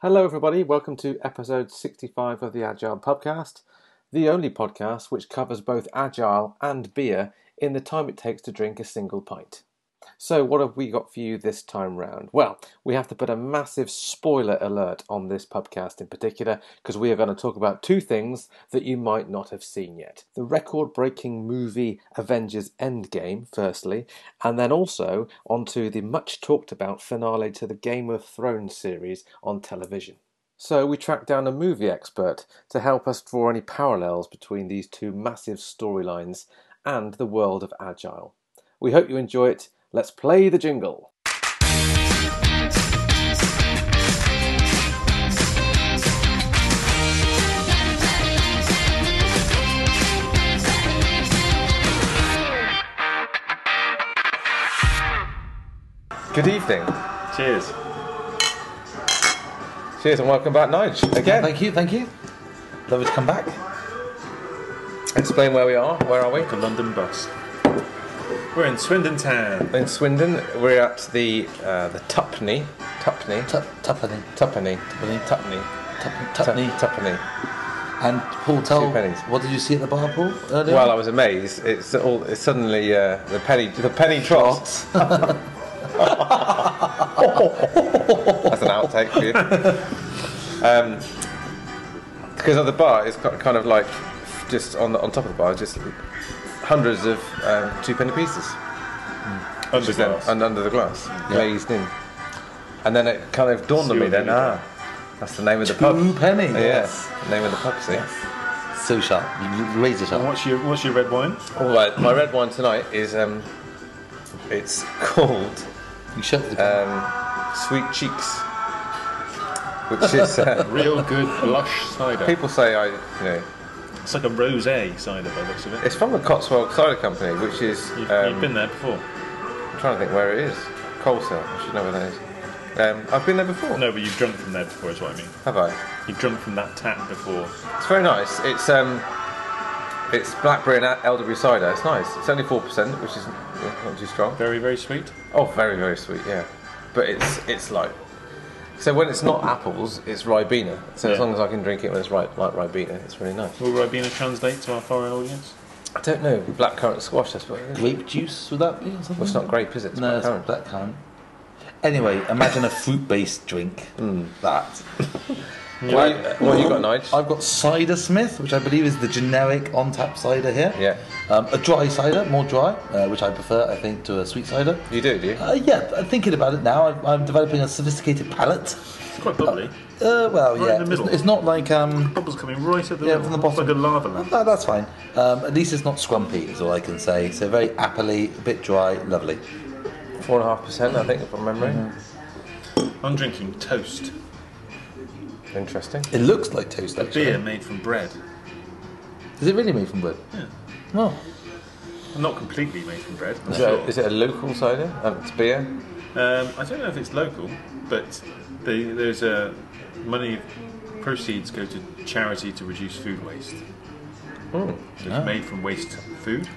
Hello, everybody. Welcome to episode 65 of the Agile Podcast, the only podcast which covers both agile and beer in the time it takes to drink a single pint. So, what have we got for you this time round? Well, we have to put a massive spoiler alert on this podcast in particular because we are going to talk about two things that you might not have seen yet. The record breaking movie Avengers Endgame, firstly, and then also onto the much talked about finale to the Game of Thrones series on television. So, we tracked down a movie expert to help us draw any parallels between these two massive storylines and the world of Agile. We hope you enjoy it. Let's play the jingle. Good evening. Cheers. Cheers and welcome back, Nige. Again, Thank you, thank you. Lovely to come back. explain where we are. Where are we? The London bus. We're in Swindon town. In Swindon, we're at the uh, the Tupney, Tupney, Tup- Tuppenny, Tupney, Tupney, tup- Tupney, Tuppenny. Tupney. And Paul, tell Two pennies. what did you see at the bar, Paul? Earlier? Well, I was amazed. It's all it's suddenly uh, the penny the penny trot. That's an outtake for you. Um, because at the bar, it's ki- kind of like just on the, on top of the bar, just hundreds of um, two penny pieces Under just then, glass. and under the glass, glazed in. And then it kind of dawned on me Sealed then, in again. ah, that's the name of the pub. Two penny. Yes, name of the pub. See. So sharp, r- razor And sharp. what's your what's your red wine? All right, my red wine tonight is um, it's called You shut the um, Sweet Cheeks, which is uh, Real good lush cider. people say I, you know, It's like a rosé cider by the looks of it. it's from the Cotswold Cider Company, which is You've, um, you've been there before. I'm trying to think where it is. Coleshill, I should know where that is. Um, I've been there before, No, but you've drunk from there before is what I mean. have I? You've drunk from that tap before. It's very nice. It's um, it's blackberry and elderberry cider. It's nice. It's only four percent, which is not too strong. Very, very sweet. Oh, very very sweet, yeah. But it's it's like so when it's not apples, it's ribena. So as Yeah. long as I can drink it when it's right like ribena, it's really nice. Will Ribena translate to our foreign audience? I don't know blackcurrant squash. That's what it is. Well, grape juice, would that be? Or something? it's not grape, is it? It's No, it's blackcurrant. black currant. Anyway, imagine a fruit-based drink. Hmm. That. What, you- what you got, Nige? I've got cider Smith, which I believe is the generic on-tap cider here. Yeah. Um, a dry cider, more dry, uh, which I prefer, I think, to a sweet cider. You do, do you? Uh, yeah, I'm thinking about it now. I'm, I'm developing a sophisticated palate. It's quite bubbly. Uh, well, in yeah, the it's- middle. It's, not like um. Bubbles coming right at the Yeah, from the It's bottom. like a lava lamp. No, that's fine. Um, at least it's not scrumpy, is all I can say. So very appley, a bit dry, lovely. Four and a half percent, I think, from memory. Mm-hmm. I'm drinking toast. Interesting. It looks like toast. Actually. Beer made from bread. Is it really made from wood? Yeah. Well, Not completely made from bread. I'm Is it, sure. a, is it a local cider? Um, it's beer. Um, I don't know if it's local, but they, there's a money proceeds go to charity to reduce food waste. So it's made from waste food.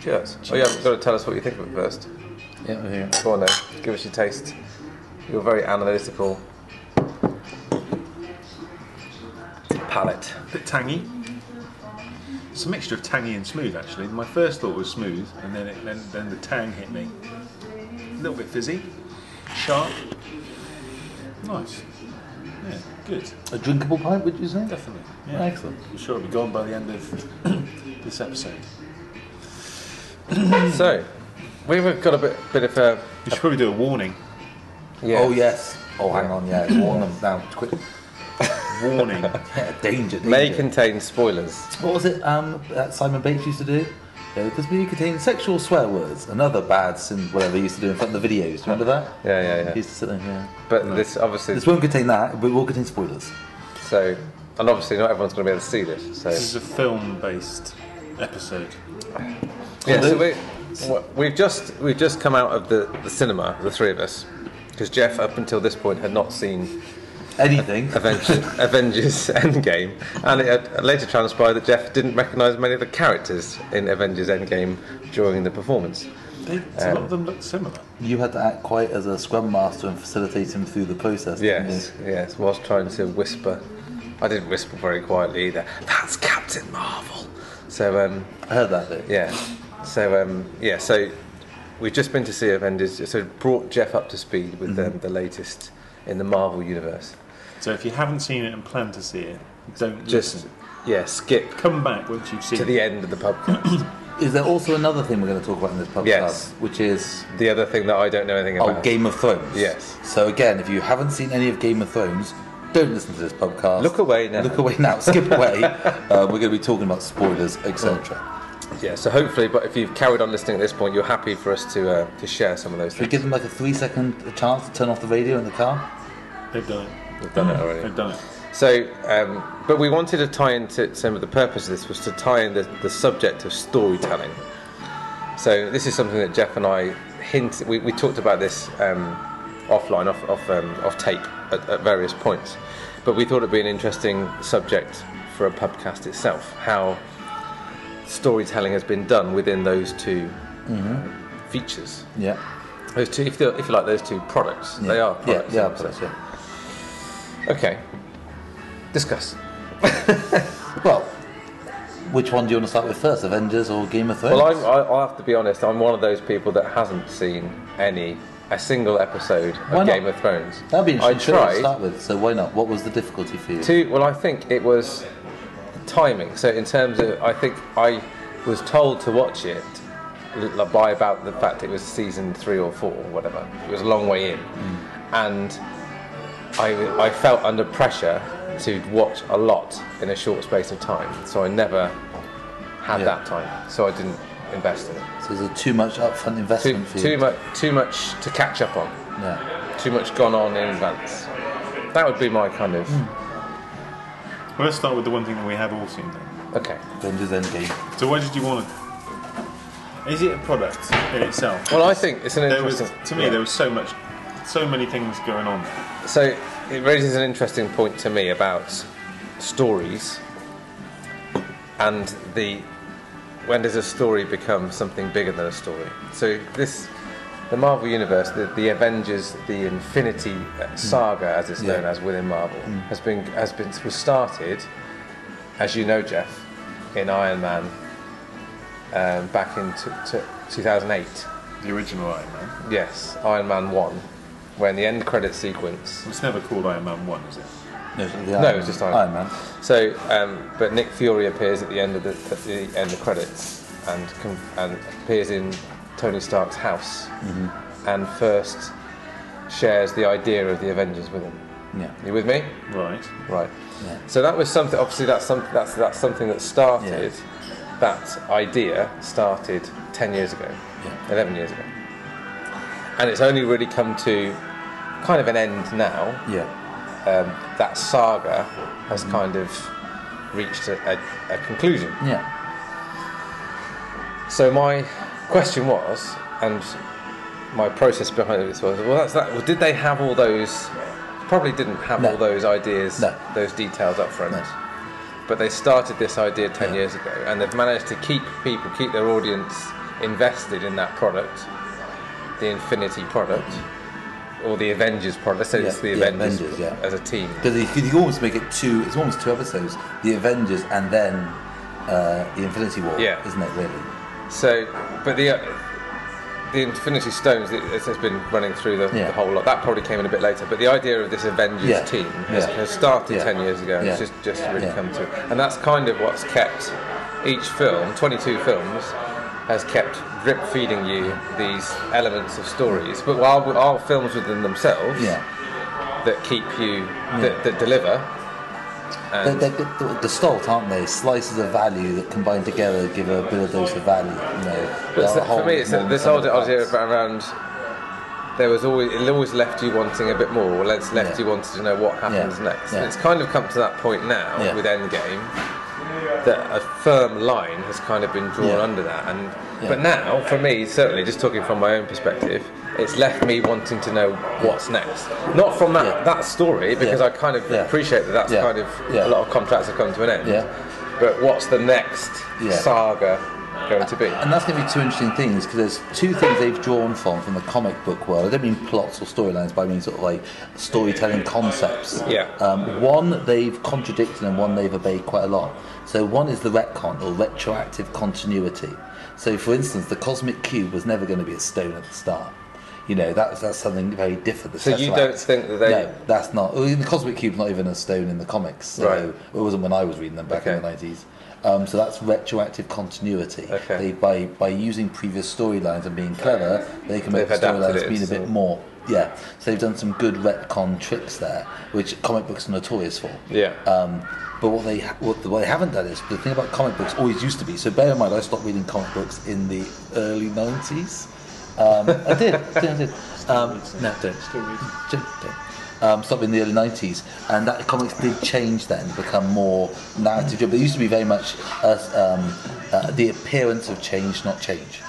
Cheers. Oh yeah, you've got to tell us what you think of it first. yeah, we're here. Go on then. Give us your taste. You're very analytical. Palate. A bit tangy. It's a mixture of tangy and smooth actually. My first thought was smooth, and then it, then, then the tang hit me. A little bit fizzy, sharp. Nice. Yeah, good. A drinkable pint, would you say? Definitely. Yeah. Excellent. I'm sure it'll be gone by the end of this episode. So, we've got a bit, bit of a You should probably do a warning. yeah. Oh yes. Oh, hang Yeah. on. Yeah, it's warn them now. Quick. Warning. Yeah, danger. danger. May contain spoilers. What was it um, that Simon Bates used to do? Because we contain sexual swear words, another bad sin, whatever he used to do in front of the videos. Do you remember that? Yeah, yeah, yeah. He used to sit there, yeah. But this obviously, This won't contain that, but it will contain spoilers. so, and obviously not everyone's going to be able to see this. So, This is a film-based episode. yeah, so we, wh- we've just we've just come out of the, the cinema, the three of us, because Jeff up until this point had not seen Anything. Avengers, Avengers Endgame, and it had later transpired that Jeff didn't recognise many of the characters in Avengers Endgame during the performance. They, a lot of them look similar. You had to act quite as a scrum master and facilitate him through the process. didn't Yes, yes. Was trying to whisper. I didn't whisper very quietly either. That's Captain Marvel. So um, you? I heard that bit. yeah. So um, yeah. So we've just been to see Avengers. So brought Jeff up to speed with um, the latest in the Marvel universe. So if you haven't seen it and plan to see it, don't Just listen. yeah, skip Come back once you've seen to it. the end of the podcast. Is there also another thing we're going to talk about in this podcast, Yes. which is the other thing that I don't know anything oh, about. Game of Thrones? Yes. So again, if you haven't seen any of Game of Thrones, don't listen to this podcast. Look away now. Look away now. Skip away. um, we're going to be talking about spoilers, etc. Yeah. So hopefully, but if you've carried on listening at this point, you're happy for us to uh, to share some of those Should we things. give them like a three-second chance to turn off the radio in the car? They've done it. We've done it already. They've done it. So, um, but we wanted to tie into some of the purpose of this was to tie in the, the subject of storytelling. So this is something that Jeff and I hint. We, we talked about this um, offline, off off, um, off tape at, at various points, but we thought it'd be an interesting subject for a podcast itself. How storytelling has been done within those 2 Mm-hmm. uh, features, Yeah. those two, if, they're- if you like, those two products. They Yeah. are Yeah, products. they are in products, themselves. yeah. Okay, discuss. Well, which one do you want to start with first, Avengers or Game of Thrones? Well, I'm, I, I'll have to be honest. I'm one of those people that hasn't seen any a single episode of Why not? Game of Thrones. That'd be an I interesting show to tried start with. So why not? What was the difficulty for you? to. Well, I think it was timing. So in terms of, I think I was told to watch it l- by about the fact it was season three or four or whatever. It was a long way in, Hmm. and I, I felt under pressure to watch a lot in a short space of time. So I never had Yeah. that time. So I didn't invest in it So is it too much upfront too, investment for you? too much too much to catch up on Yeah. too much gone on in advance that would be my kind of Hmm. Well, let's start with the one thing that we have all seen. Then. okay Avengers Endgame. So why did you want it? Is it a product in itself? well i think it's an there was interesting to me there was so much, so many things going on. so it raises an interesting point to me about stories and the when does a story become something bigger than a story so this the Marvel Universe, the, the Avengers, the Infinity uh, Saga, as it's known Yeah. as within Marvel, has been has been was started, as you know, Jeff, in Iron Man, um, back in t- t- 2008. The original Iron Man. Yes, Iron Man One, when the end credit sequence It's never called Iron Man One, is it? No, the no, Iron it's just Man. Um, Iron, Man. So, um, but Nick Fury appears at the end of the, at the end of credits and com- and appears in Tony Stark's house and first shares the idea of the Avengers with him. Yeah. You with me? Right. Right. Yeah. So that was something. Obviously, that's something. That's that's something that started. That idea started ten years ago, Yeah. eleven years ago, and it's only really come to kind of an end now Yeah. um, that saga has kind of reached a, a, a conclusion. Yeah. So my question was, and my process behind this was, well, that's that. Well, did they have all those? Probably didn't have No. all those ideas, No. those details up front. No. But they started this idea ten years ago, and they've managed to keep people, keep their audience invested in that product, the Infinity product, or the Avengers product. Let's say Yeah, it's the, the Avengers, Avengers, yeah. as a team. Because you, could- you could almost make it two. It's almost two episodes: the Avengers and then uh, the Infinity War. Yeah. Isn't it really? So, but the uh, the Infinity Stones it, it has been running through the, Yeah. the whole lot. That probably came in a bit later. But the idea of this Avengers Yeah. team has, Yeah. has started Yeah. ten years ago. and It's Yeah. just just really Yeah. come to, and that's kind of what's kept each film, twenty two films, has kept drip feeding you these elements of stories. But while are films within themselves Yeah. that keep you that, that deliver. They're, And they're, they're gestalt, aren't they? Slices of value that combined together give a bit of dose of value. You know, But it's They're a that- whole for me, it's more that than this sum of old idea parts. about around there was always it always left you wanting a bit more, or left, left Yeah. you wanted to know what happens Yeah. next. Yeah. And it's kind of come to that point now Yeah. with Endgame that a firm line has kind of been drawn Yeah. under that. And Yeah. but now, for me, certainly, just talking from my own perspective, it's left me wanting to know what's next. Not from that Yeah. that story because Yeah. I kind of Yeah. appreciate that that's Yeah. kind of Yeah. a lot of contracts have come to an end. Yeah. But but what's the next Yeah. saga going to be? And that's going to be two interesting things because there's two things they've drawn from from the comic book world. I don't mean plots or storylines, but I mean sort of like storytelling concepts. Yeah. Um, one they've contradicted and one they've obeyed quite a lot. So one is the retcon or retroactive continuity. So for instance, the cosmic cube was never going to be a stone at the start. You know that's that's something very different. The So you Tesseract- don't think that they- No, that's not. well, The cosmic cube's not even a stone in the comics. So Right. It wasn't when I was reading them back in Okay. the nineties. Um, so that's retroactive continuity. Okay. They, by by using previous storylines and being clever, they can make They've the adapted storylines it, mean a so- bit more. Yeah. So they've done some good retcon tricks there, which comic books are notorious for. Yeah. Uh, Um, but what they ha- what, what they haven't done is the thing about comic books always used to be. So bear in mind, I stopped reading comic books in the early nineties. Um, I did. I did. I did. Um, no, don't. Still reading. Just, um, stopped in the early 90s, and that comics did change then, become more narrative driven. It used to be very much uh, um, uh, the appearance of change, not change.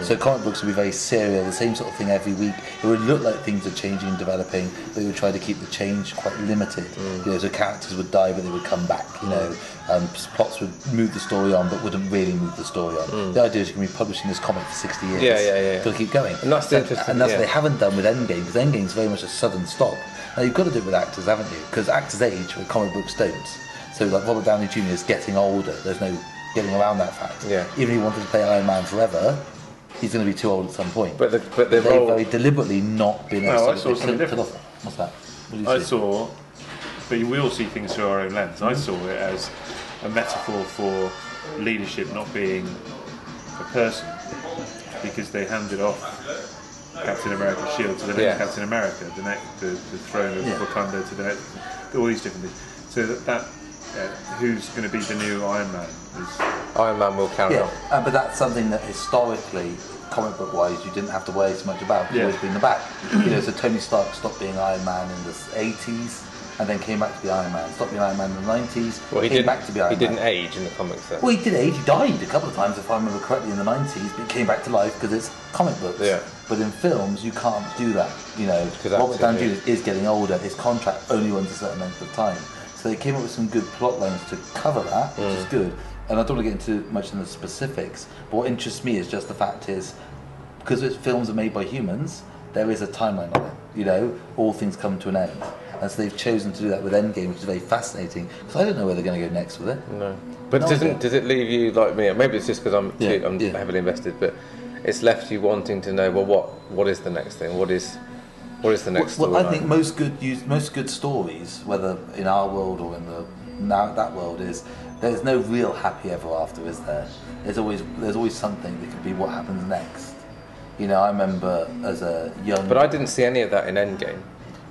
So comic books would be very serial, the same sort of thing every week. It would look like things are changing and developing, but they would try to keep the change quite limited. Mm. You know, so characters would die, but they would come back. You know, um, s- plots would move the story on, but wouldn't really move the story on. The idea is you can be publishing this comic for 60 years. Mm. Yeah, yeah, yeah. Got to keep going. And that's the So- interesting- And that's yeah. what they haven't done with Endgame because Endgame's very much a sudden stop. Now you've got to do it with actors, haven't you? Because actors age where comic books don't. So like Robert Downey Jr. is getting older. There's no getting around that fact. Yeah. Even if he wanted to play Iron Man forever, he's going to be too old at some point. But the, but the they've role, very deliberately not been. No, I able to saw they something couldn't pull different. off- What's that? What did you I see? saw, but we all see things through our own lens. I Mm-hmm. saw it as a metaphor for leadership not being a person because they handed off Captain America's shield to the next Yeah. Captain America, the, next, the, the throne of Yeah. Wakanda to the next, all these different things. So that, that uh, who's going to be the new Iron Man? Is, Iron Man will carry Yeah, on. uh, but that's something that historically, comic book wise, you didn't have to worry so much about. It's Yeah. always been the back. you know, so Tony Stark stopped being Iron Man in the 80s and then came back to be Iron Man. Stopped being Iron Man in the 90s, Well, he came didn't. back to be Iron he Man. didn't age in the comics. Though. Well, he did age. He died a couple of times, if I remember correctly, in the 90s, but he came back to life because it's comic books. Yeah. But in films, you can't do that. You know, 'Cause Robert Downey acting, Jr. is getting older. His contract only runs a certain length of time. So they came up with some good plot lines to cover that, which is good. And I don't want to get into much in the specifics, but what interests me is just the fact is, because it's films are made by humans, there is a timeline on it. You know, all things come to an end. And so they've chosen to do that with Endgame, which is very fascinating, because I don't know where they're going to go next with it. No. But No, I doesn't don't. does it leave you like me? Maybe it's just because I'm Yeah, too, I'm yeah. heavily invested, but it's left you wanting to know. Well, what what is the next thing? What is what is the next? Well, I storyline? think most good use, most good stories, whether in our world or in the now that world, is there's no real happy ever after, is there? There's always there's always something that could be what happens next. You know, I remember as a young. But I didn't see any of that in Endgame.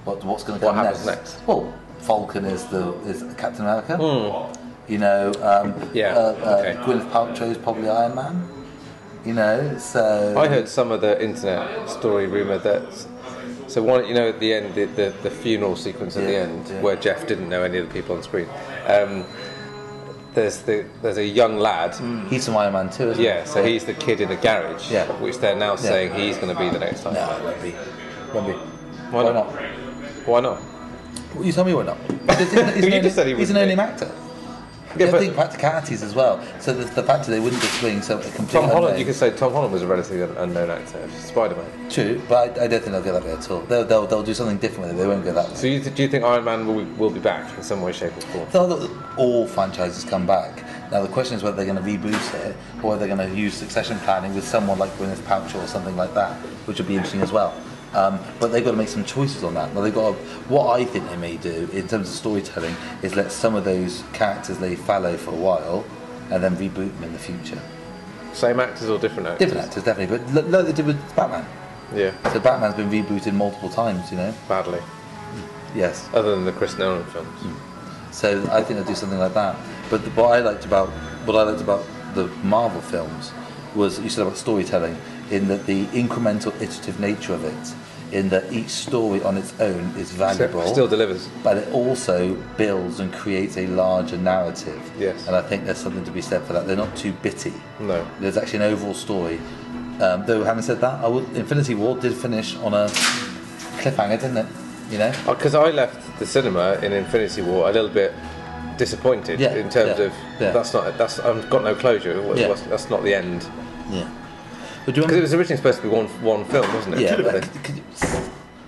what, what's going to What come happens next? Well, Falcon is the is Captain America. You know, um, Hmm. Yeah, Uh, uh, okay. Gwyneth Paltrow is probably Iron Man. You know, so I heard some of the internet story rumor that. So one, you know, at the end, the, the, the funeral sequence at the Yeah, end, yeah. where Jeff didn't know any of the people on screen. Um, there's the there's a young lad. he's from Iron Man too. Isn't he? Yeah, so he's the kid in the garage, Yeah. which they're now saying he's going to be the next Iron No, Man. it won't be. Won't be. Why Why not? not? Why not? Well, you tell me why not. Because he's, You an only- just said he he's an wouldn't only actor. Yeah, Yeah, but- I think practicalities as well. So the, the fact that they wouldn't just swing so a complete Tom Holland, unknown- you could say Tom Holland was a relatively un- unknown actor, Spider Man. True, but I, I don't think they'll go that way at all. They'll, they'll, they'll do something different with it. They won't go that way. So, you, do you think Iron Man will, will be back in some way, shape, or form? They'll- they'll- all franchises come back. Now the question is whether they're going to reboot it or whether they're going to use succession planning with someone like Gwyneth Paltrow or something like that, which would be interesting as well. Um, but they've got to make some choices on that. Now they've got to, what I think they may do in terms of storytelling is let some of those characters lay fallow for a while and then reboot them in the future. Same actors or different actors? Different actors definitely, but look, look what they did with Batman. Yeah, So Batman's been rebooted multiple times, you know. badly. Yes. Other than the Chris Nolan films. So I think they'll do something like that. But the, what I liked about what I liked about the Marvel films was you said about storytelling in that the incremental iterative nature of it, in that each story on its own is valuable, Still delivers. but it also builds and creates a larger narrative. Yes. And I think there's something to be said for that. They're not too bitty. No. There's actually an overall story. Um, though having said that, I would, Infinity War did finish on a cliffhanger, didn't it? You know. Uh, Because I left the cinema in Infinity War a little bit disappointed Yeah, in terms yeah, of yeah. that's not that's I've got no closure. It was- Yeah. was- That's not the end Yeah. But do you because it remember? was originally supposed to be one one film, wasn't it? Yeah, But but they- could you-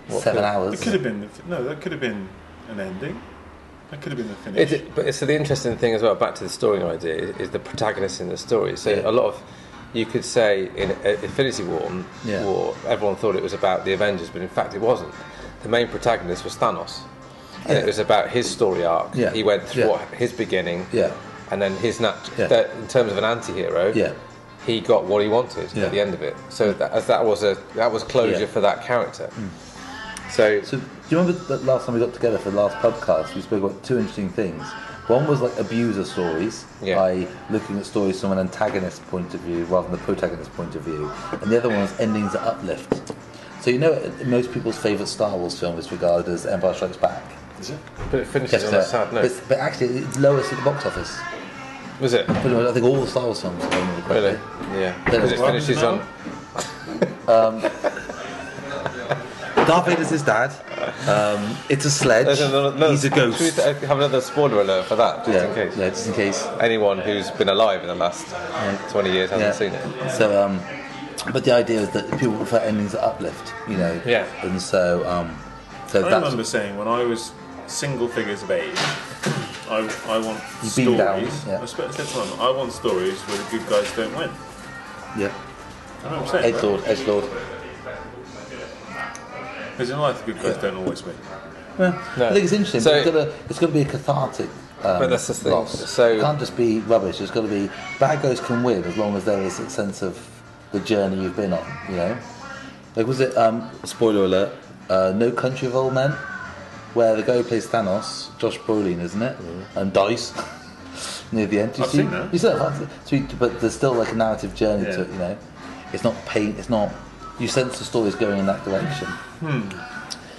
seven It hours. could have been the, fi- no. That could have been an ending. That could have been the finish. It, it- but it's- so the interesting thing as well, back to the story idea, is, is the protagonist in the story. So Yeah. a lot of, you could say in uh, Infinity War, Yeah. War, everyone thought it was about the Avengers, but in fact it wasn't. The main protagonist was Thanos, and it was about his story arc. Yeah. He went through Yeah. what, his beginning, Yeah. and then his nat- Yeah. that- in terms of an anti-hero, Yeah. he got what he wanted Yeah. Mm. at the end of it. So that, as that was a that was closure Yeah. Mm. for that character. So, So do you remember that last time we got together for the last podcast? We spoke about two interesting things. One was like abuser stories, Yeah. by looking at stories from an antagonist point of view rather than the protagonist point of view, and the other one was endings that uplift. So you know, most people's favourite Star Wars film is regarded as Empire Strikes Back. Is it? but it finishes Yes, on sir. a sad note. But, but actually, it's lowest at the box office. was it? Pretty much, I think all the Star Wars films. if I remember correctly. Really? Yeah. Because it Well, finishes no. on. Darth Vader's his dad. Um, it's a sledge. There's another- another- He's a ghost. Should we th- have another spoiler alert for that, just yeah, in case? yeah, just in case. Anyone who's been alive in the last 20 years hasn't Yeah. seen it. So, um, but the idea is that people prefer endings that uplift, you know. Yeah. And so, um, so I that's remember saying when I was single figures of age, I, I want You've stories. been down, yeah. I spe- said to my mum, I want stories where the good guys don't win. I yeah. know what I'm saying. Edge Right? Lord, Edge Lord. Because in life, the good guys don't always win. No. I think it's interesting. So- but it's gotta, it's gotta be a cathartic. Um, But that's the thing, Loss. so- it can't just be rubbish. It's got to be bad guys can win as long as there is a sense of the journey you've been on. You know, like was it? Um, spoiler alert. Uh, no Country of Old Men, where the guy who plays Thanos, Josh Brolin, isn't it? Mm. And dies near the end. Do You I've see, seen that. You still have, so you- but there's still like a narrative journey to Yeah. it. You know, it's not pain. It's not. You sense the story's going in that direction.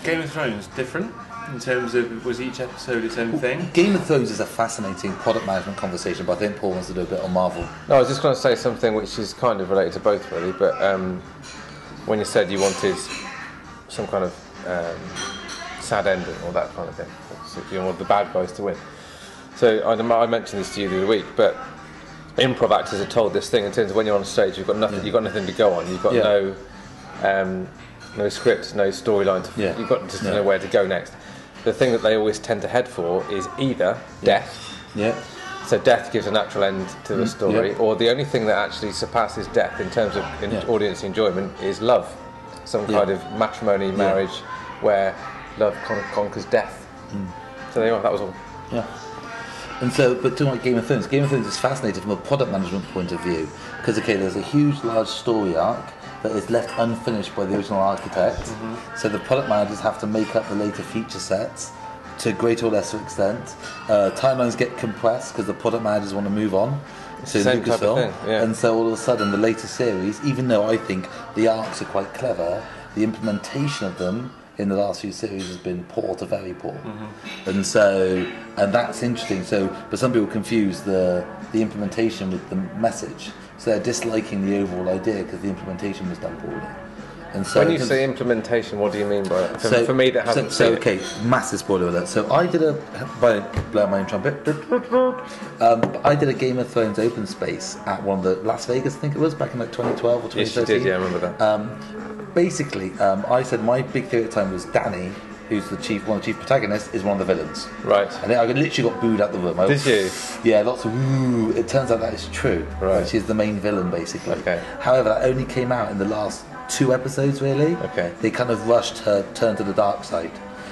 Game of Thrones different in terms of was each episode its own thing. Game of Thrones is a fascinating product management conversation, but I think Paul wants to do a bit on Marvel. No, I was just going to say something which is kind of related to both, really. But um, when you said you wanted some kind of um, sad ending or that kind of thing, so you want the bad guys to win. So I, don't know, I mentioned this to you the other week, but improv actors are told this thing in terms of when you're on stage, you've got nothing, you've got nothing to go on, you've got Yeah. no, um, no script, no storyline. to- Yeah. You've got just to Yeah. know where to go next. The thing that they always tend to head for is either death. Yeah. So death gives a natural end to the story, Mm, yeah. or the only thing that actually surpasses death in terms of in Yeah. audience enjoyment is love, some Yeah. kind of matrimony, marriage, where love con- conquers death. Mm. So there you are. That was all. Yeah. And so, but to like Game of Thrones, Game of Thrones is fascinating from a product management point of view because okay, there's a huge, large story arc that is left unfinished by the original architect. Mm-hmm. So the product managers have to make up the later feature sets to a greater or lesser extent. Uh, timelines get compressed because the product managers want to move on. to the same type of thing, yeah. And so all of a sudden, the later series, even though I think the arcs are quite clever, the implementation of them in the last few series has been poor to very poor. Mm-hmm. And so, and that's interesting. So, but some people confuse the the implementation with the message. So they're disliking the overall idea because the implementation was done poorly. And so When it you comes- say implementation, what do you mean by it? For, for me, that hasn't. so, so seen it. okay, massive spoiler alert. So I did a by blowing my own trumpet. Um, I did a Game of Thrones open space at one of the Las Vegas, I think it was, back in like 2012 or Yes, 2013. you did. Yeah, I remember that. Um, basically, um, I said my big theory at the time was Danny, who's the chief, one of the chief protagonists, is one of the villains. right. And I literally got booed out the room. I- Did you? Yeah, lots of ooh. It turns out that is true. Right. That She's the main villain, basically. Okay. However, that only came out in the last two episodes, really. Okay. They kind of rushed her turn to the dark side.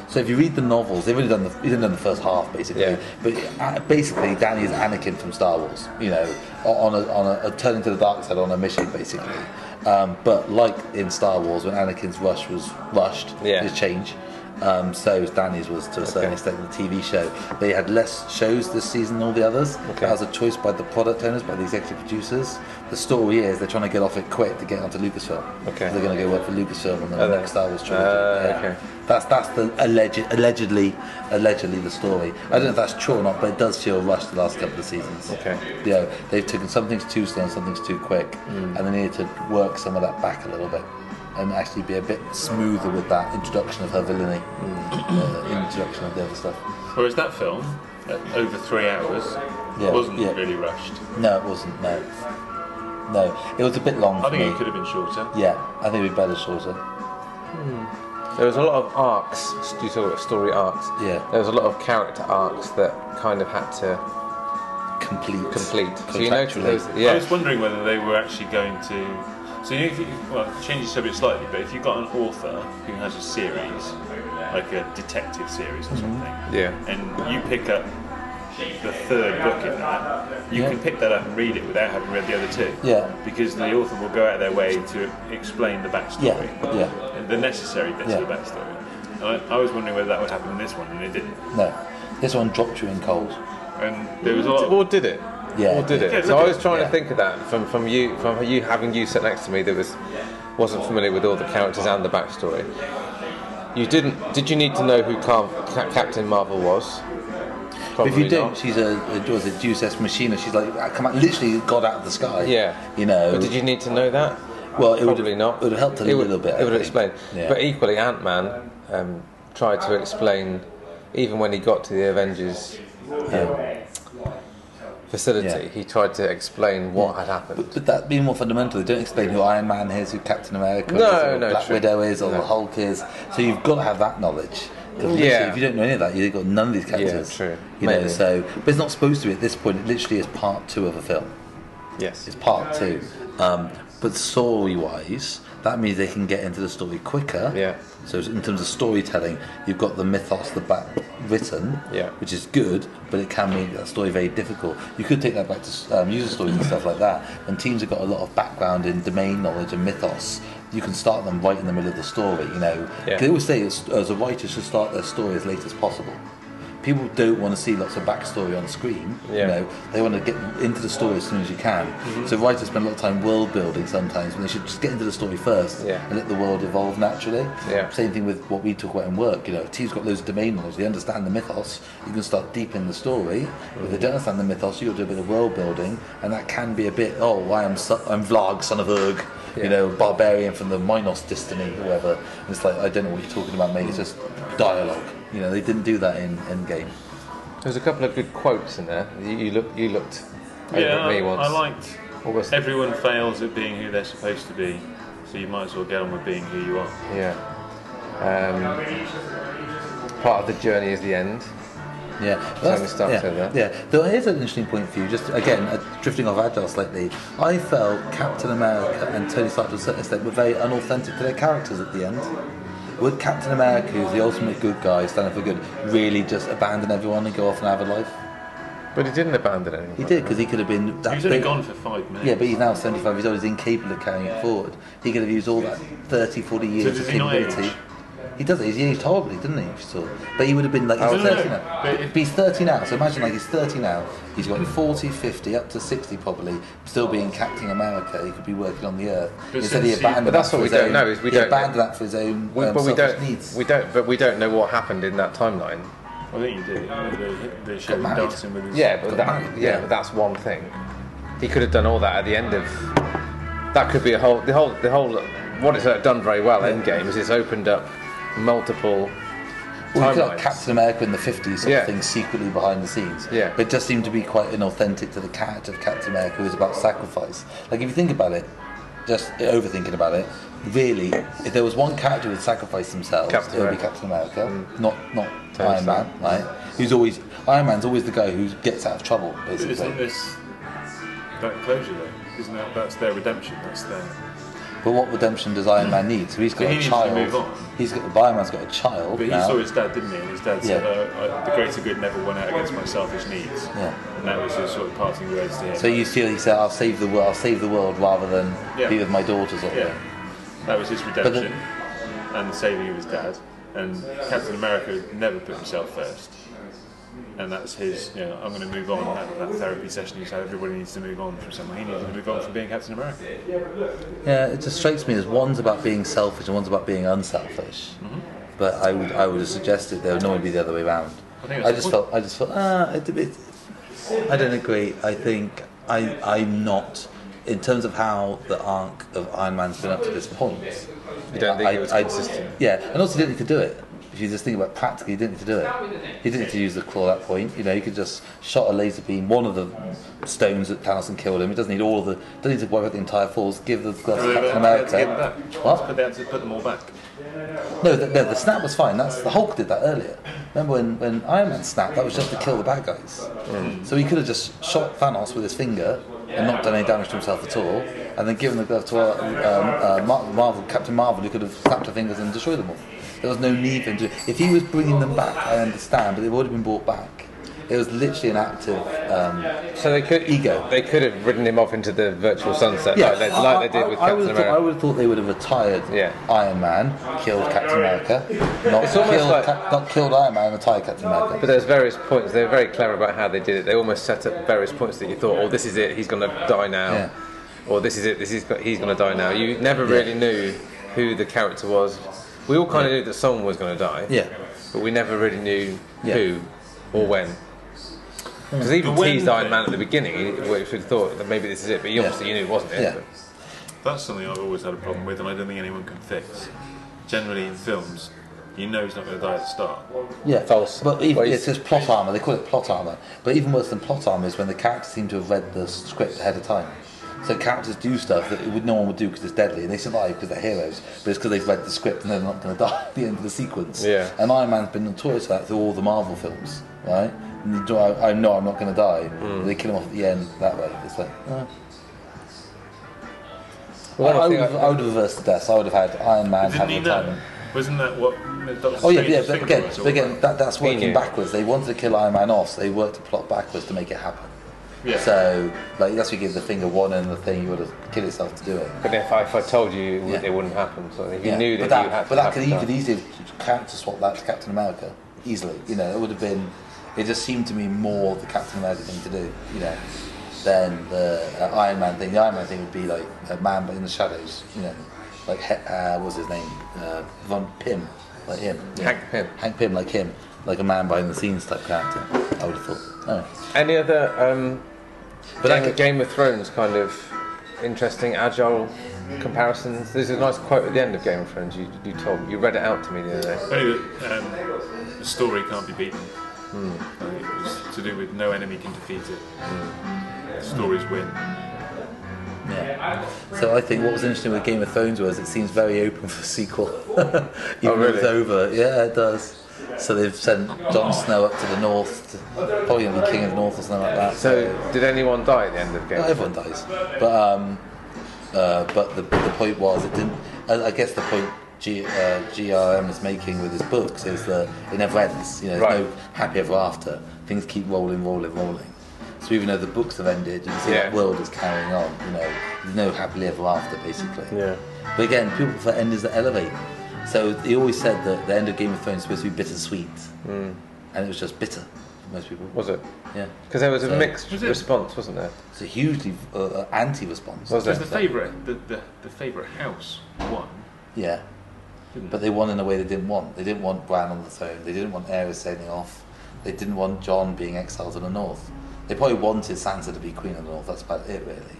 So if you read the novels, they've only done the, they've only done the first half, basically. Yeah. But uh, basically, Danny is Anakin from Star Wars, you know, on a, on a, a turning to the dark side on a mission, basically. Um, but like in Star Wars, when Anakin's rush was rushed, Yeah. his change. Um, so was Danny's was to a certain Okay. extent the TV show. They had less shows this season than all the others. Okay. That was a choice by the product owners, by the executive producers. The story is they're trying to get off it quick to get onto Lucasfilm. Okay. They're going to go work for Lucasfilm on the Are they? next Star Wars trilogy. Ah, Yeah. okay. That's that's the alleged, allegedly allegedly the story. I don't know if that's true or not, but it does feel rushed the last couple of seasons. Okay. Yeah, they've taken some things too slow, and some things too quick, and they needed to work some of that back a little bit, and actually be a bit smoother with that introduction of her villainy, uh, introduction of the other stuff. Whereas that film, uh, over three hours. Yeah, it wasn't yeah. really rushed. No, it wasn't. No, no, it was a bit long I for think me. it could have been shorter. Yeah, I think we better shorter. There was a lot of arcs, you saw story arcs. Yeah. There was a lot of character arcs that kind of had to Complete. complete. So you noticed, Contractually. those- I yeah, was wondering whether they were actually going to. So you know, if you well, change the subject slightly, but if you've got an author who has a series, like a detective series or Mm-hmm. something, yeah, and you pick up the third book in that, you Yeah. can pick that up and read it without having read the other two. Yeah. Because the author will go out of their way to explain the Yeah, backstory, yeah. and the necessary bits of the Yeah. backstory. And I, I was wondering whether that would happen in this one, and it didn't. No, this one dropped you in cold. And there was a lot. Of, Or did it? Yeah. Or did Yeah, it? So I look was at- trying to yeah. think of that from from you from you having you sit next to me that was wasn't familiar with all the characters and the backstory. You didn't? Did you need to know who Car- Ca- Captain Marvel was? If you Probably don't, not. she's a, a what is it, Deus Ex Machina. She's like I come out, literally God out of the sky. Yeah. you know. But did you need to know that? Well, it would- probably not. it would have helped a It would- little bit, It I would have explained. think. Yeah. But e- equally, Ant Man um, tried to explain, even when he got to the Avengers um, Yeah. facility, Yeah. he tried to explain what had happened. But that being more fundamental, they don't explain who Iron Man is, who Captain America No, is, or no, Black true. Widow is, or No. Hulk is. So you've got to have that knowledge. 'Cause literally, Yeah. If you don't know any of that, you've got none of these characters. true. You know, Maybe. so but it's not supposed to be at this point. It literally is part two of a film. Yes. It's part two. Um, but story wise, that means they can get into the story quicker. Yeah. So in terms of storytelling, you've got the mythos, the back written, Yeah. which is good, but it can make that story very difficult. You could take that back to um, user stories and stuff like that. When teams have got a lot of background in domain knowledge and mythos, you can start them right in the middle of the story. You know, Yeah. they always say as, as a writer should start their story as late as possible. People don't want to see lots of backstory on screen. Yeah. You know, they want to get into the story as soon as you can. Mm-hmm. So writers spend a lot of time world building sometimes, when they should just get into the story first Yeah. and let the world evolve naturally. Yeah. Same thing with what we talk about in work. You know, if a team's got loads of domain knowledge, they understand the mythos. You can start deep in the story. If Mm-hmm. they don't understand the mythos, you've got to do a bit of world building, and that can be a bit. Oh, why I'm so, I'm Vlog, son of Urg. Yeah. You know, barbarian from the Minos Destiny, whoever. And it's like I don't know what you're talking about, mate. It's just dialogue. You know, they didn't do that in Endgame. There's a couple of good quotes in there. You, you look. You looked over yeah, at me I, once. I liked. What was- Everyone fails at being who they're supposed to be, so you might as well get on with being who you are. Yeah. Um, part of the journey is the end. Yeah, we that's, start yeah, to that. yeah. Though here's an interesting point for you. Just again, uh, drifting off agile slightly. I felt Captain America and Tony Stark to a certain extent were very unauthentic to their characters at the end. Would Captain America, who's the ultimate good guy, standing for good, really just abandon everyone and go off and have a life? But he didn't abandon anyone. He did because he could have been. That He was only big- gone for five minutes. Yeah, but he's now 75 years old, he's incapable of carrying it forward. He could have used all that 30, 40 years does of he not capability. age? He does, he's aged horribly, doesn't he? if you saw? But he would have been like, Oh, he's no, no, 30 no. now. But But, if- he's 30 now, so imagine like he's 30 now, he's got 40, 50, up to 60 probably, still being Captain America, he could be working on the earth. But Instead he since he- abandoned But that's that what we for his don't own- know, is we he don't- abandoned that for his own We, um, but we selfish don't. needs. We don't. But we don't know what happened in that timeline. I think he did. They, they showed him married. dancing with his. Yeah, but Got that, married, yeah, yeah. but that's one thing. He could have done all that at the end of. That could be a whole. The whole. The whole. What it's done very well. Endgame is it's opened up multiple. Well, you could timelines. have Captain America in the 50s sort Yeah. of thing secretly behind the scenes. Yeah. But it just seemed to be quite inauthentic to the character of Captain America who was about sacrifice. Like, if you think about it, just overthinking about it, really, if there was one character who would sacrifice themselves, Captain it would be America. Captain America, Mm. not, not Tony Iron Stark. Man, right? Who's always, Iron Man's always the guy who gets out of trouble, But Isn't basically. this that closure though? Isn't that that's their redemption? That's their. But what redemption does Iron Man need? So he's got He a needs to child. move on. He's got, Iron Man's got a child. But he now. saw his dad, didn't he? And his dad said, Yeah. oh, I, "The greater good never won out against my selfish needs." Yeah. And that was his sort of parting words to him. So you feel he said, "I'll save the world. I'll save the world," rather than Yeah. be with my daughters. Or yeah, that was his redemption and the saving of his dad. And Captain America never put himself first. And that's his, you know, I'm going to move on. That, that therapy session he's had, everybody needs to move on from someone. He needs to move on from being Captain America. Yeah, it just strikes me as one's about being selfish and one's about being unselfish. Mm-hmm. But I would, I would have suggested there would normally be the other way around. I think I, that's the just point. felt, I just felt, ah, it, it, I don't agree. I think I, I'm not, in terms of how the arc of Iron Man's been up to this point. You don't think I, it was I- consistent. yeah, and also didn't think he could do it. If you just think about it, practically, you didn't need to do it. You didn't need to use the claw at that point. You know, you could just shot a laser beam, one of the stones that Thanos and killed him. He doesn't need all of the. Doesn't need to wipe out the entire force. Give the gloves to Captain America. Let's What? put, that, put them all back. No, the, no, the snap was fine. That's the Hulk did that earlier. Remember when, when Iron Man snapped? That was just to kill the bad guys. Mm. So he could have just shot Thanos with his finger and not done any damage to himself at all, and then given the glove to uh, um, uh, Mar- Marvel, Captain Marvel, who could have snapped her fingers and destroyed them all. There was no need for him to. If he was bringing them back, I understand, but they would have been brought back. It was literally an active. Um, So they could Ego. They could have ridden him off into the virtual sunset, like, they, like they did with I, I, Captain would have thought, I America. would have thought they would have retired Yeah. Iron Man, killed Captain America, not, It's almost killed, like- Cap- not killed Iron Man, retired Captain America. But there's various points. They were very clever about how they did it. They almost set up various points that you thought, "Oh, this is it. He's going to die now," Yeah. or "This is it. This is he's going to die now." You never really knew who the character was. We all kind of knew that someone was going to die. Yeah. But we never really knew Yeah. Hmm. who or when. Because they even The when teased Iron thing- Man at the beginning, which we thought that maybe this is it, but you obviously you knew it wasn't it. Yeah. but- That's something I've always had a problem with, and I don't think anyone can fix. Generally, in films, you know he's not going to die at the start. Yeah, False. But even, Well, it's just plot armor. They call it plot armor. But even worse than plot armor is when the characters seem to have read the script ahead of time. So characters do stuff that it would, no one would do because it's deadly, and they survive because they're heroes. But it's because they've read the script and they're not going to die at the end of the sequence. Yeah. And Iron Man's been notorious for that through all the Marvel films, right? And you do- I, I know I'm not going to die. Hmm. They kill him off at the end that way. It's like. eh. Well, I, I I, would, think have- I would have reversed the deaths. I would have had Iron Man Didn't have he retirement. know? Wasn't that what Doctor Oh yeah, Strange's yeah, but finger again, was, but or- again, that, that's knew. working backwards. They wanted to kill Iron Man off, so they worked to plot backwards to make it happen. Yeah. So, like, that's what you give the finger one end of the thing, you would have killed yourself to do it. But if I, if I told you, it, would- Yeah. it wouldn't happen. So if you Yeah, knew that, but that, you had but to that have could, it you done. could easily character swap that to Captain America easily. You know, it would have been. It just seemed to me more the Captain America thing to do. You know, than the uh, Iron Man thing. The Iron Man thing would be like a man, but in the shadows. You know, like he- uh, what was his name? Uh, Von Pym, like him. you know. Hank Pym. Hank Pym, like him, like a man behind the scenes type character. I would have thought. Oh. Any other um, But Game, anyway- Game of Thrones kind of interesting agile comparisons? There's a nice quote at the end of Game of Thrones. You, you told you read it out to me the other day. Anyway, um, the story can't be beaten. I think it was to do with no enemy can defeat it. Stories win. Yeah. So I think what was interesting with Game of Thrones was it seems very open for sequel. Even Oh, though it's really? over. Yeah, it does. So they've sent Jon Snow up to the north, to probably gonna be king of the north or something like that. So did anyone die at the end of Game? Not of Thrones? everyone dies, but um, uh, but the, the point was it didn't. I, I guess the point G, uh, GRM is making with his books is that it never ends. You know, there's Right. no happy ever after. Things keep rolling, rolling, rolling. So even though the books have ended, you can see Yeah. that world is carrying on. You know, there's no happily ever after, basically. Yeah. But again, people prefer endings that elevate. So he always said that the end of Game of Thrones is supposed to be bittersweet, and it was just bitter for most people. Was it? Yeah, Because there was a So- mixed Was it- response, wasn't there? it's a hugely uh, anti-response. Was there? Because the favourite, the, the, the favourite house won. Yeah. But they won in a way they didn't want. They didn't want Bran on the throne. They didn't want Aerys sailing off. They didn't want John being exiled to the north. They probably wanted Sansa to be queen of the north. That's about it, really.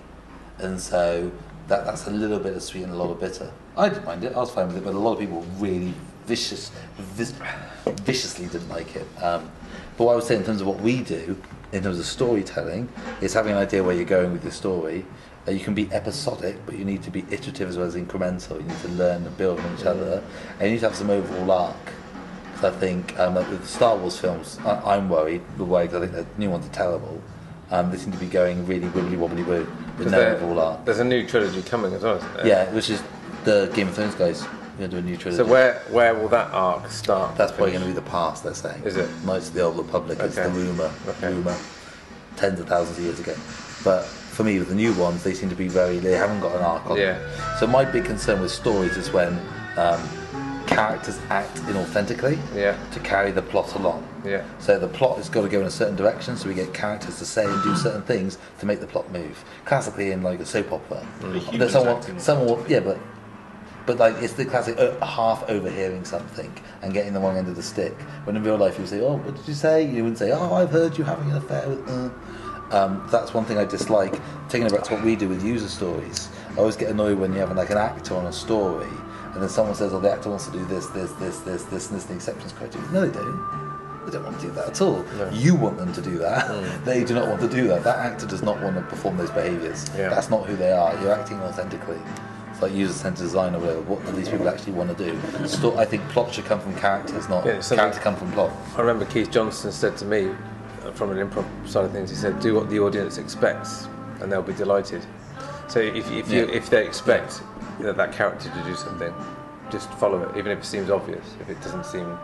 And so that that's a little bit of sweet and a lot of bitter. I didn't mind it. I was fine with it. But a lot of people really vicious, vis- viciously didn't like it. Um, but what I would say in terms of what we do, in terms of storytelling, is having an idea where you're going with your story. Uh, you can be episodic, but you need to be iterative as well as incremental. You need to learn and build on each other, and you need to have some overall arc. Because I think um, like with the Star Wars films, I- I'm worried the way 'cause I think the new ones are terrible. Um, they seem to be going really wibbly wobbly woo with 'Cause no there- overall arc. There's a new trilogy coming as well, isn't there? Yeah, which is the Game of Thrones guys. They're going to do a new trilogy. So where where will that arc start? That's probably going to be the past, they're saying. Is it? Knights of the Old Republic. It's Okay. the rumour. Okay. Rumour. Tens of thousands of years ago. But for me, with the new ones, they seem to be very. They haven't got an arc on them. So my big concern with stories is when um, characters act inauthentically Yeah. to carry the plot along. Yeah. So the plot has got to go in a certain direction, so we get characters to say and do certain things to make the plot move. Classically, in like a soap opera, humans there's someone, acting. someone, will- yeah, but but like it's the classic uh, half overhearing something and getting the wrong end of the stick. When in real life you would say, "Oh, what did you say?" You wouldn't say, "Oh, I've heard you having an affair with." Uh. Um, that's one thing I dislike. Taking it back to what we do with user stories, I always get annoyed when you have like an actor on a story and then someone says, "Oh, the actor wants to do this, this, this, this, this, and this." And the exceptions criteria. No, they don't. They don't want to do that at all. You want them to do that. Hmm. They do not want to do that. That actor does not want to perform those behaviours. Yeah. That's not who they are. You're acting authentically. It's like user-centered design or whatever. What do these people actually want to do? Sto- I think plot should come from characters, not Yeah, so character the- come from plot. I remember Keith Johnson said to me, uh, from an improv side of things, he said, "Do what the audience expects, and they'll be delighted." So if if you Yeah. if they expect that, that character to do something, just follow it, even if it seems obvious. If it doesn't seem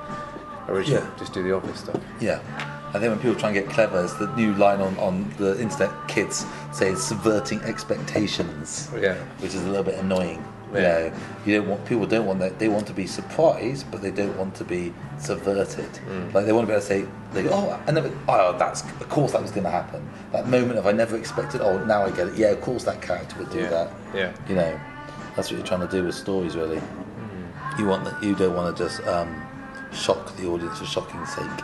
original, Yeah. just do the obvious stuff. Yeah. I think when people try and get clever, it's the new line on, on the internet kids say it's subverting expectations. Oh, Yeah. Which is a little bit annoying. You, Yeah. know, you don't want people don't want that they want to be surprised, but they don't want to be subverted. Mm. Like they want to be able to say, they go, Oh I never oh that's of course that was gonna happen. That moment of I never expected, oh now I get it. Yeah, of course that character would do Yeah. that. Yeah. You know. That's what you're trying to do with stories really. Mm. You want that you don't want to just um, shock the audience for shocking sake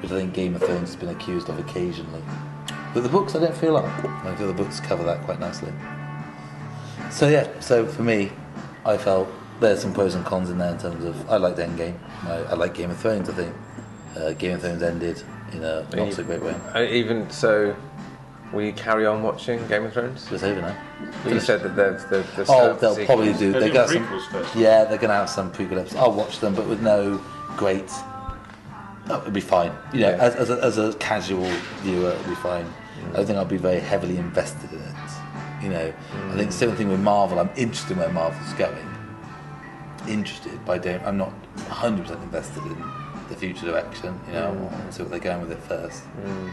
which I think Game of Thrones has been accused of occasionally. But the books, I don't feel like. Like the other books cover that quite nicely. So yeah, so for me, I felt there's some pros and cons in there in terms of I liked Endgame. I, I like Game of Thrones. I think uh, Game of Thrones ended in a not so great way. And Uh, even so, will you carry on watching Game of Thrones? It's over now. You said that they've, they've, they've Oh, started they'll sequels. probably do. They're They're doing gonna have prequels some, first. Yeah, they're gonna have some prequel episodes. I'll watch them, but with no great. No, it'll be fine. You know, Yeah. as, as, a, as a casual viewer, it'll be fine. I don't think I'll be very heavily invested in it. You know, I think similar thing with Marvel. I'm interested in where Marvel's going. Interested, but I don't. I'm not 100 percent invested in the future direction. You know, I want to see what they're going with it first. Mm.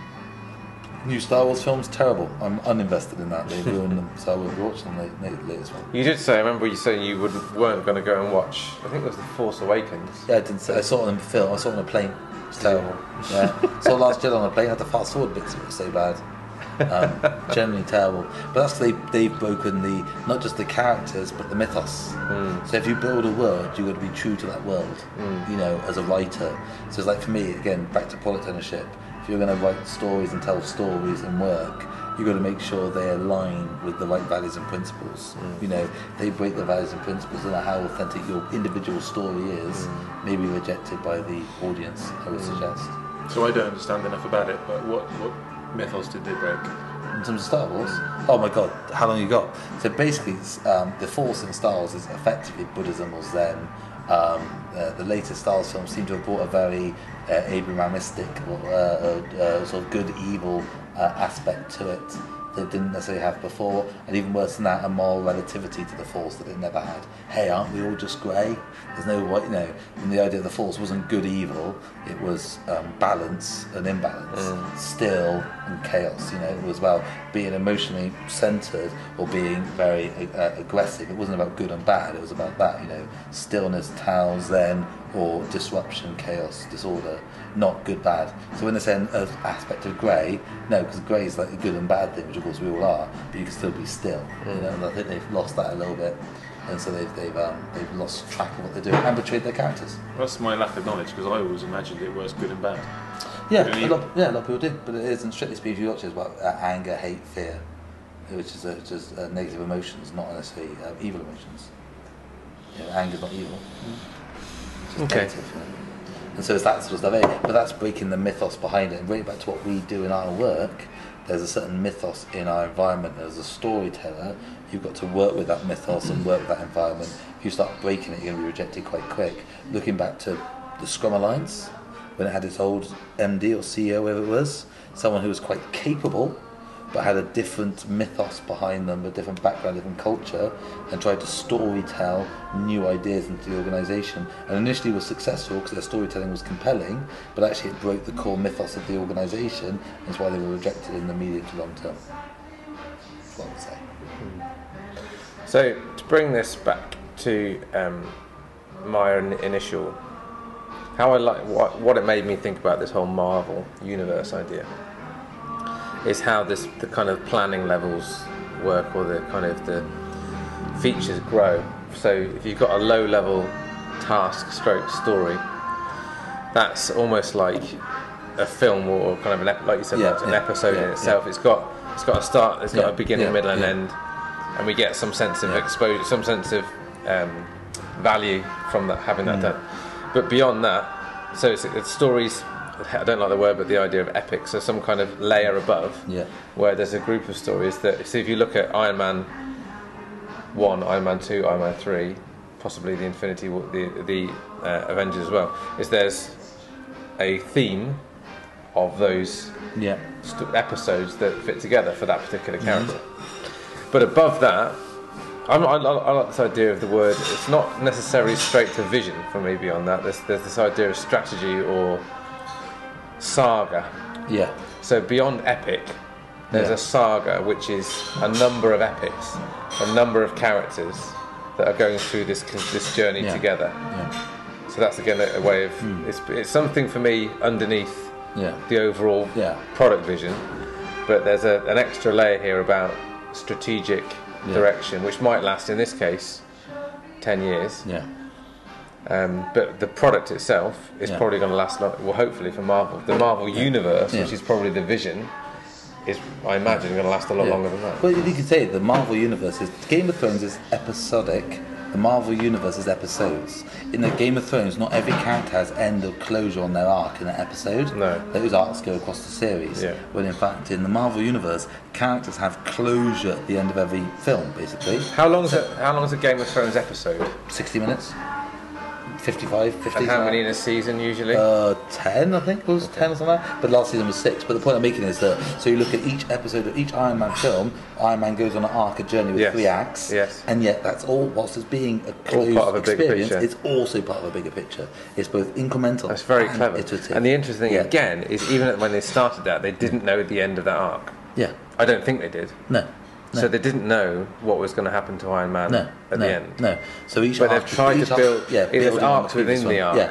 New Star Wars films terrible. I'm uninvested in that. They ruined them, so I won't be watching the the latest one. You did say. I remember you saying you wouldn't, weren't going to go and watch. I think it was The Force Awakens. Yeah, I didn't. See, I saw it on a film. I saw it on a plane. It's terrible. Yeah, saw Last Jedi on a plane. I had to fast forward bits. It was so bad. Um, generally terrible. But that's they they've broken the not just the characters but the mythos. So if you build a world, you've got to be true to that world. You know, as a writer. So it's like for me again, back to product ownership. If you're going to write stories and tell stories and work. You've got to make sure they align with the right values and principles. You know, they break the values and principles, and how authentic your individual story is may be rejected by the audience. I would suggest. So I don't understand enough about it, but what, what mythos did they break? in terms of Star Wars. Oh my God, how long you got? So basically, it's, um, the Force in Star Wars is effectively Buddhism or Zen. Um, uh, the latest Star Wars films seem to have brought a very uh, Abrahamistic, or, uh, uh, sort of good evil uh, aspect to it that didn't necessarily have before, and even worse than that, a moral relativity to the Force that it never had. Hey, aren't we all just grey? There's no white, you know. And the idea of the Force wasn't good evil; it was um, balance and imbalance, still and chaos. You know, it was about being emotionally centered or being very uh, aggressive. It wasn't about good and bad. It was about that, you know, stillness, towels, then or disruption, chaos, disorder, not good, bad. So when they say an an aspect of grey, no, because grey is like the good and bad thing, which of course we all are, but you can still be still. You know, and I think they've lost that a little bit, and so they've they've um, they've lost track of what they're doing and betrayed their characters. That's my lack of knowledge because I always imagined it was good and bad. Yeah, Good and a evil. lot, yeah, a lot of people do, but it isn't strictly speaking. If you watch it, it's about uh, anger, hate, fear, which is uh, just uh, negative emotions, not necessarily uh, evil emotions. You know, anger's not evil. It's just Okay. negative, you know. And so it's that sort of stuff. eh? But that's breaking the mythos behind it. And really back to what we do in our work, there's a certain mythos in our environment. As a storyteller, you've got to work with that mythos and work with that environment. If you start breaking it, you're going to be rejected quite quick. Looking back to the Scrum Alliance, when it had its old MD or CEO, whoever it was, someone who was quite capable, but had a different mythos behind them, a different background, different culture, and tried to storytell new ideas into the organisation. And initially was successful because their storytelling was compelling, but actually it broke the core mythos of the organisation, and that's why they were rejected in the medium to long term. That's what I would say. So to bring this back to um, my own initial, how I like what, what it made me think about this whole Marvel universe idea is how this the kind of planning levels work or the kind of the features grow. So if you've got a low level task stroke story, that's almost like a film or kind of an ep- like you said Yeah, an yeah, episode yeah, in itself. It's got it's got a start. It's got Yeah, a beginning, yeah, middle, and yeah. end and we get some sense of Yeah. exposure, some sense of um, value from that having Mm. that done. But beyond that, so it's, it's stories. I don't like the word, but the idea of epic, so some kind of layer above, Yeah. where there's a group of stories that. So if you look at Iron Man one, Iron Man two, Iron Man three, possibly the Infinity, War, the the uh, Avengers as well, is there's a theme of those Yeah. st- episodes that fit together for that particular character. But above that, I'm, I, li- I like this idea of the word. It's not necessarily straight to vision for me. Beyond that, there's, there's this idea of strategy or saga. Yeah. So beyond epic, there's Yeah. a saga which is a number of epics, a number of characters that are going through this this journey Yeah. Hmm. together. Yeah. So that's again a, a way of it's, it's something for me underneath Yeah. the overall Yeah. product vision, but there's a, an extra layer here about strategic Yeah. direction, which might last in this case 10 years. Yeah. Um, but the product itself is Yeah. probably going to last, long, well, hopefully for Marvel, the Marvel universe, Yeah. which is probably the vision, is I imagine going to last a lot Yeah. longer than that. Well, you could say the Marvel universe is Game of Thrones is episodic. The Marvel universe is episodes. In the Game of Thrones, not every character has end or closure on their arc in an episode. No. Those arcs go across the series. Yeah. When in fact, in the Marvel universe, characters have closure at the end of every film, basically. How long is a, how long is a Game of Thrones episode, 60 minutes? 55, 50? and how many in a season usually? Uh, 10, I think it was 10 or something like that. But last season was 6. But the point I'm making is that, so you look at each episode of each Iron Man film, Iron Man goes on an arc, a journey with Yes. three acts. Yes. And yet, that's all, whilst it's being a closed part of a bigger experience, picture. it's also part of a bigger picture. It's both incremental That's very and clever. iterative. And the interesting thing Yeah. again is even when they started that, they didn't know the end of that arc. Yeah. I don't think they did. No. No. So they didn't know what was going to happen to Iron Man no. at no, the end. No. So each But arc, they've tried each to arc- build. yeah, there's building on arcs within previous the arc. one.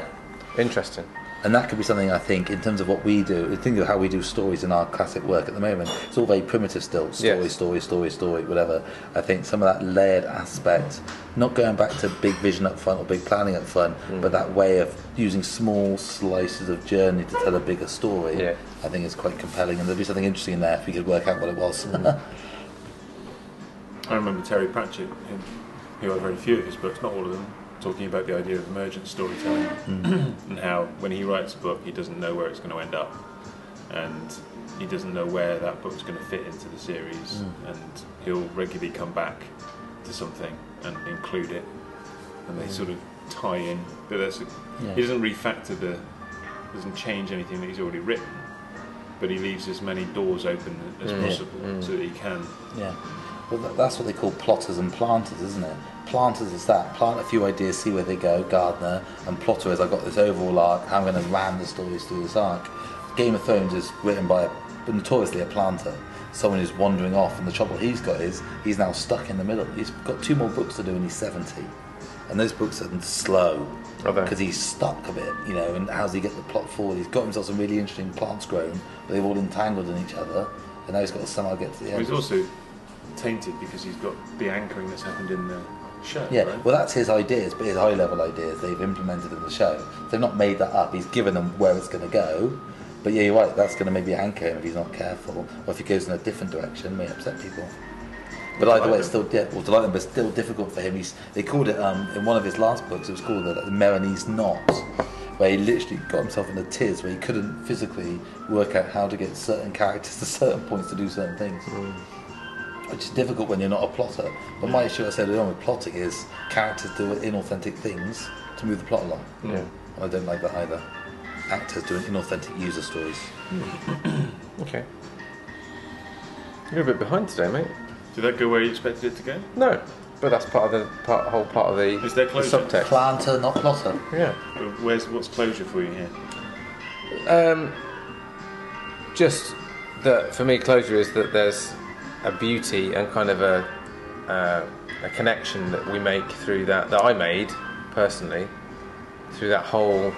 Yeah. Interesting. And that could be something I think, in terms of what we do, think of how we do stories in our classic work at the moment. It's all very primitive still story, Yes. story, story, story, whatever. I think some of that layered aspect, not going back to big vision up front or big planning up front, Mm. but that way of using small slices of journey to tell a bigger story, Yeah. I think is quite compelling. And there'd be something interesting in there if we could work out what it was. Mm. I remember Terry Pratchett, in, who I've read a few of his books, not all of them, talking about the idea of emergent storytelling and how when he writes a book, he doesn't know where it's going to end up, and he doesn't know where that book's going to fit into the series, and he'll regularly come back to something and include it, and they sort of tie in. But that's a, Yeah. he doesn't refactor the, doesn't change anything that he's already written. But he leaves as many doors open as possible so that he can Yeah. Well, tha- that's what they call plotters and planters, isn't it? Planters is that. Plant a few ideas, see where they go, gardener. And plotter is I've got this overall arc, how I'm going to ram the stories through this arc. Game of Thrones is written by a, notoriously a planter, someone who's wandering off, and the trouble he's got is he's now stuck in the middle. He's got two more books to do, and he's 70. And those books are slow Are they? because he's stuck a bit, you know. And how's he get the plot forward? He's got himself some really interesting plants grown, but they've all entangled in each other, and now he's got to somehow get to the Well, end. He's also tainted because he's got the anchoring that's happened in the show. Yeah, right? well, that's his ideas, but his high level ideas they've implemented in the show. They've not made that up, he's given them where it's going to go. But yeah, you're right, that's going to maybe anchor him if he's not careful, or if he goes in a different direction, may upset people. But either way, it's still yeah, well, delight them, but it's still difficult for him. He's, they called it um, in one of his last books. It was called the, the Marinese Knot, where he literally got himself in a tiz where he couldn't physically work out how to get certain characters to certain points to do certain things which is difficult when you're not a plotter. But my issue, I said earlier on with plotting, is characters do inauthentic things to move the plot along. Yeah. And I don't like that either. Actors doing inauthentic user stories. Okay. You're a bit behind today, mate. Did that go where you expected it to go? No, but that's part of the part, whole part of the, Is there the closure? subtext. Planter, not plotter. Yeah. Well, Where's what's closure for you here? Um, just that for me, closure is that there's a beauty and kind of a uh, a connection that we make through that that I made personally through that whole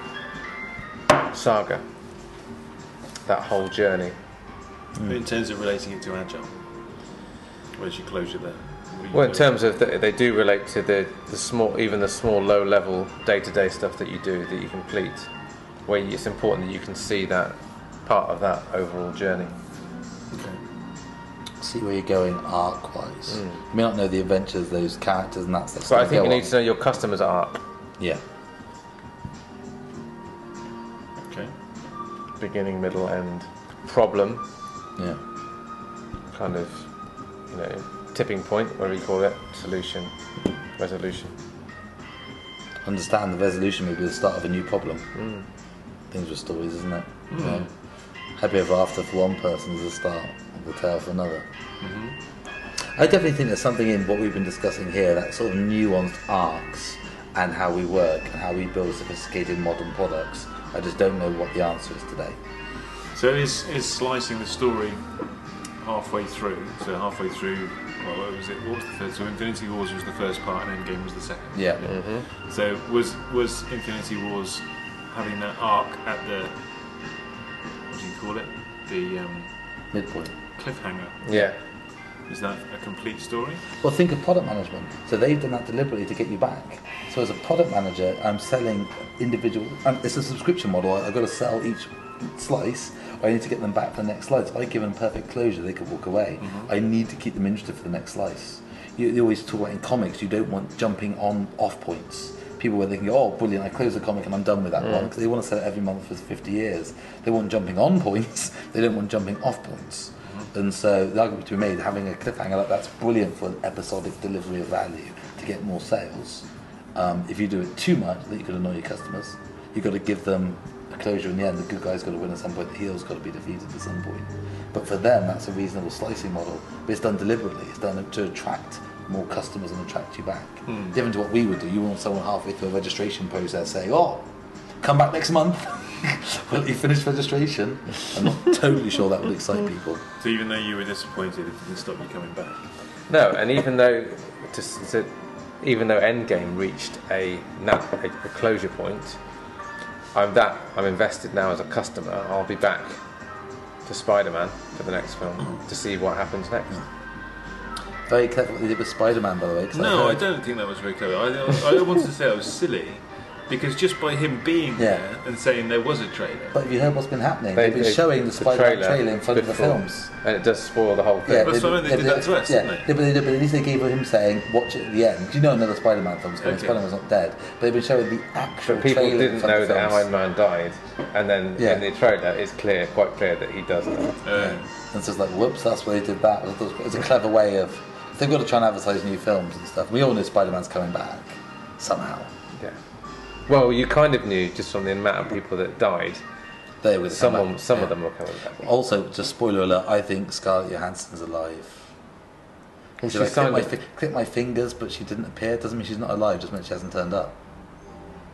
saga, that whole journey. In terms of relating it to agile, where's your closure there? What are you Well, in doing? terms of the, they do relate to the, the small, even the small low level day to day stuff that you do that you complete, where you- it's important that you can see that part of that overall journey. Okay. see where you're going arc wise. You may not know the adventures, those characters, and that stuff. Hmm. But I think go you need on. to know your customers are up Yeah. Okay. beginning, middle, end. Problem, Yeah. kind of, you know, tipping point, whatever you call it, solution, resolution. Understand the resolution may be the start of a new problem. Things with stories, isn't it? Yeah. Happy ever after for one person is the start of the tale for another. I definitely think there's something in what we've been discussing here that sort of nuanced arcs and how we work and how we build sophisticated modern products. I just don't know what the answer is today. So it is, is slicing the story halfway through. So halfway through, well, what was it? What was the first? So Infinity Wars was the first part, and Endgame was the second. Yeah. Mm-hmm. So was was Infinity Wars having that arc at the what do you call it? The um, Midpoint. cliffhanger. Yeah. Is that a complete story? Well, think of product management. So they've done that deliberately to get you back. So as a product manager, I'm selling individual. And it's a subscription model. I've got to sell each slice. I need to get them back for the next slice. If I give them perfect closure, they could walk away. I need to keep them interested for the next slice. You, you always talk about in comics. You don't want jumping on off points. People where they can go, oh, brilliant! I close the comic and I'm done with that one because they want to sell it every month for 50 years. They want jumping on points. They don't want jumping off points. And so the argument to be made, having a cliffhanger like that's brilliant for an episodic delivery of value to get more sales. Um, if you do it too much, then you could annoy your customers. You've got to give them a closure in the end. The good guy's got to win at some point. The heel's got to be defeated at some point. But for them, that's a reasonable slicing model. But it's done deliberately. It's done to attract more customers and attract you back. Different to what we would do. You want someone halfway through a registration process saying, "Oh, come back next month." Will you finish registration? I'm not totally sure that would excite people. So even though you were disappointed, it didn't stop you coming back. No, and even though, to, s- to, even though Endgame reached a, na- a, a closure point, I'm that I'm invested now as a customer. I'll be back to Spider-Man for the next film to see what happens next. Very clever what they did with Spider-Man, by the way. 'cause No, I heard- don't think that was very clever. I, I, I wanted to say I was silly because just by him being Yeah. there and saying there was a trailer, But have you heard what's been happening? They- They, have been they- showing the Spider-Man trailer, trailer in front of the before. films. and it does spoil the whole thing. That's what I mean, they did that to us, yeah, didn't they? Yeah, but, they did, but at least they gave him saying, "Watch it at the end." 'Cause You know, another Spider-Man film's coming. Okay. Spider-Man's not dead, but they've been showing the actual. But people trailer in didn't front know of that films. Iron Man died, and then Yeah. in the trailer, it's clear, quite clear that he does die. uh, And it's just like, whoops, that's why they did that. It was- It's a clever way of. They've got to try and advertise new films and stuff. We all know Spider-Man's coming back somehow. Yeah. Well, you kind of knew just from the amount of people that died. They were Some of, some of them were coming back. Also, just spoiler alert. I think Scarlett Johansson's alive. And She she like, click, signed my it. fi- click my fingers, but she didn't appear. Doesn't mean she's not alive. Just means she hasn't turned up.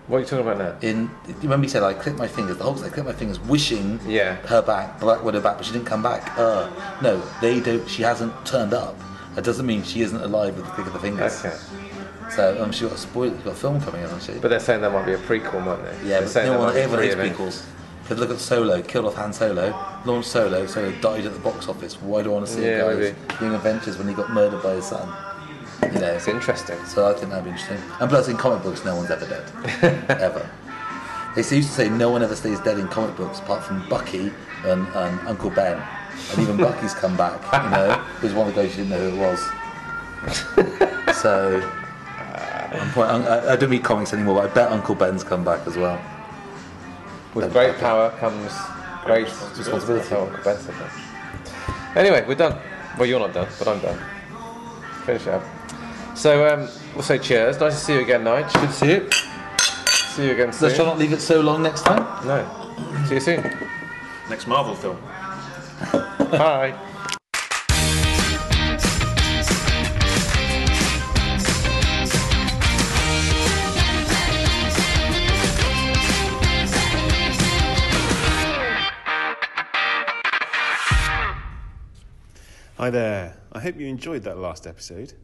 What are you talking about now? In do you remember he said I clicked my fingers. The Hulk said I clicked my fingers, wishing Yeah. her back, Black Widow back, but she didn't come back. Uh, no, they don't. She hasn't turned up. That doesn't mean she isn't alive with the click of the fingers. Okay. So um, she got a spoil. She got a film coming, hasn't she? But they're saying there might be a prequel, might they? yeah, they're but saying no there one might be ever three hates of it. prequels. Because look at Solo, killed off Han Solo, launched Solo, Solo died at the box office. Why do I want to see Yeah, it, guys? Doing adventures when he got murdered by his son. You know, It's interesting. So I think that'd be interesting. And plus, in comic books, no one's ever dead. ever. They used to say no one ever stays dead in comic books apart from Bucky and um, Uncle Ben. And even Bucky's come back, you know, who's one of the guys you didn't know who it was. so, I'm quite, I, I don't read comics anymore, but I bet Uncle Ben's come back as well. With great power comes great responsibility. responsibility. Oh, Uncle Ben said that. Anyway, we're done. Well, you're not done, but I'm done. Finish it up. So, um, we'll say cheers. Nice to see you again, Nige. Good to see you. See you again So, soon. shall I not leave it so long next time? No. See you soon. next Marvel film. Bye. Hi there. I hope you enjoyed that last episode.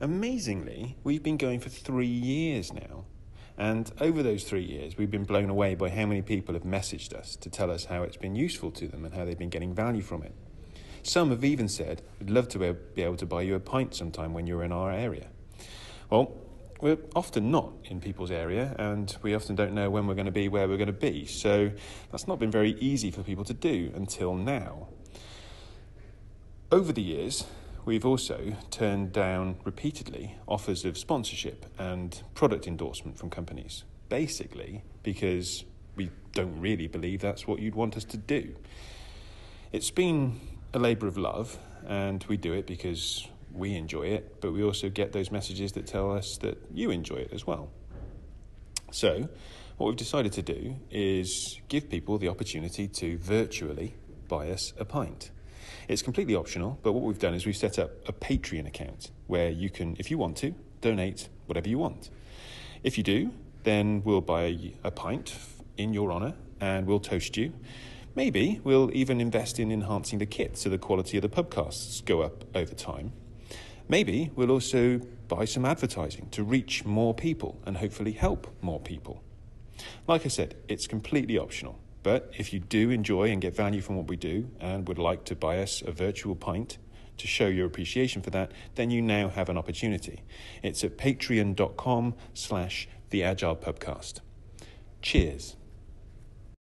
Amazingly, we've been going for three years now. And over those three years, we've been blown away by how many people have messaged us to tell us how it's been useful to them and how they've been getting value from it. Some have even said, We'd love to be- be able to buy you a pint sometime when you're in our area. Well, we're often not in people's area, and we often don't know when we're going to be where we're going to be. So that's not been very easy for people to do until now. Over the years, we've also turned down repeatedly offers of sponsorship and product endorsement from companies, basically because we don't really believe that's what you'd want us to do. It's been a labour of love, and we do it because we enjoy it, but we also get those messages that tell us that you enjoy it as well. So, what we've decided to do is give people the opportunity to virtually buy us a pint. It's completely optional, but what we've done is we've set up a Patreon account where you can, if you want to, donate whatever you want. If you do, then we'll buy a pint in your honour and we'll toast you. Maybe we'll even invest in enhancing the kit so the quality of the podcasts go up over time. Maybe we'll also buy some advertising to reach more people and hopefully help more people. Like I said, it's completely optional, but if you do enjoy and get value from what we do and would like to buy us a virtual pint to show your appreciation for that, then you now have an opportunity. It's at patreon.com slash the Agile Pubcast. Cheers.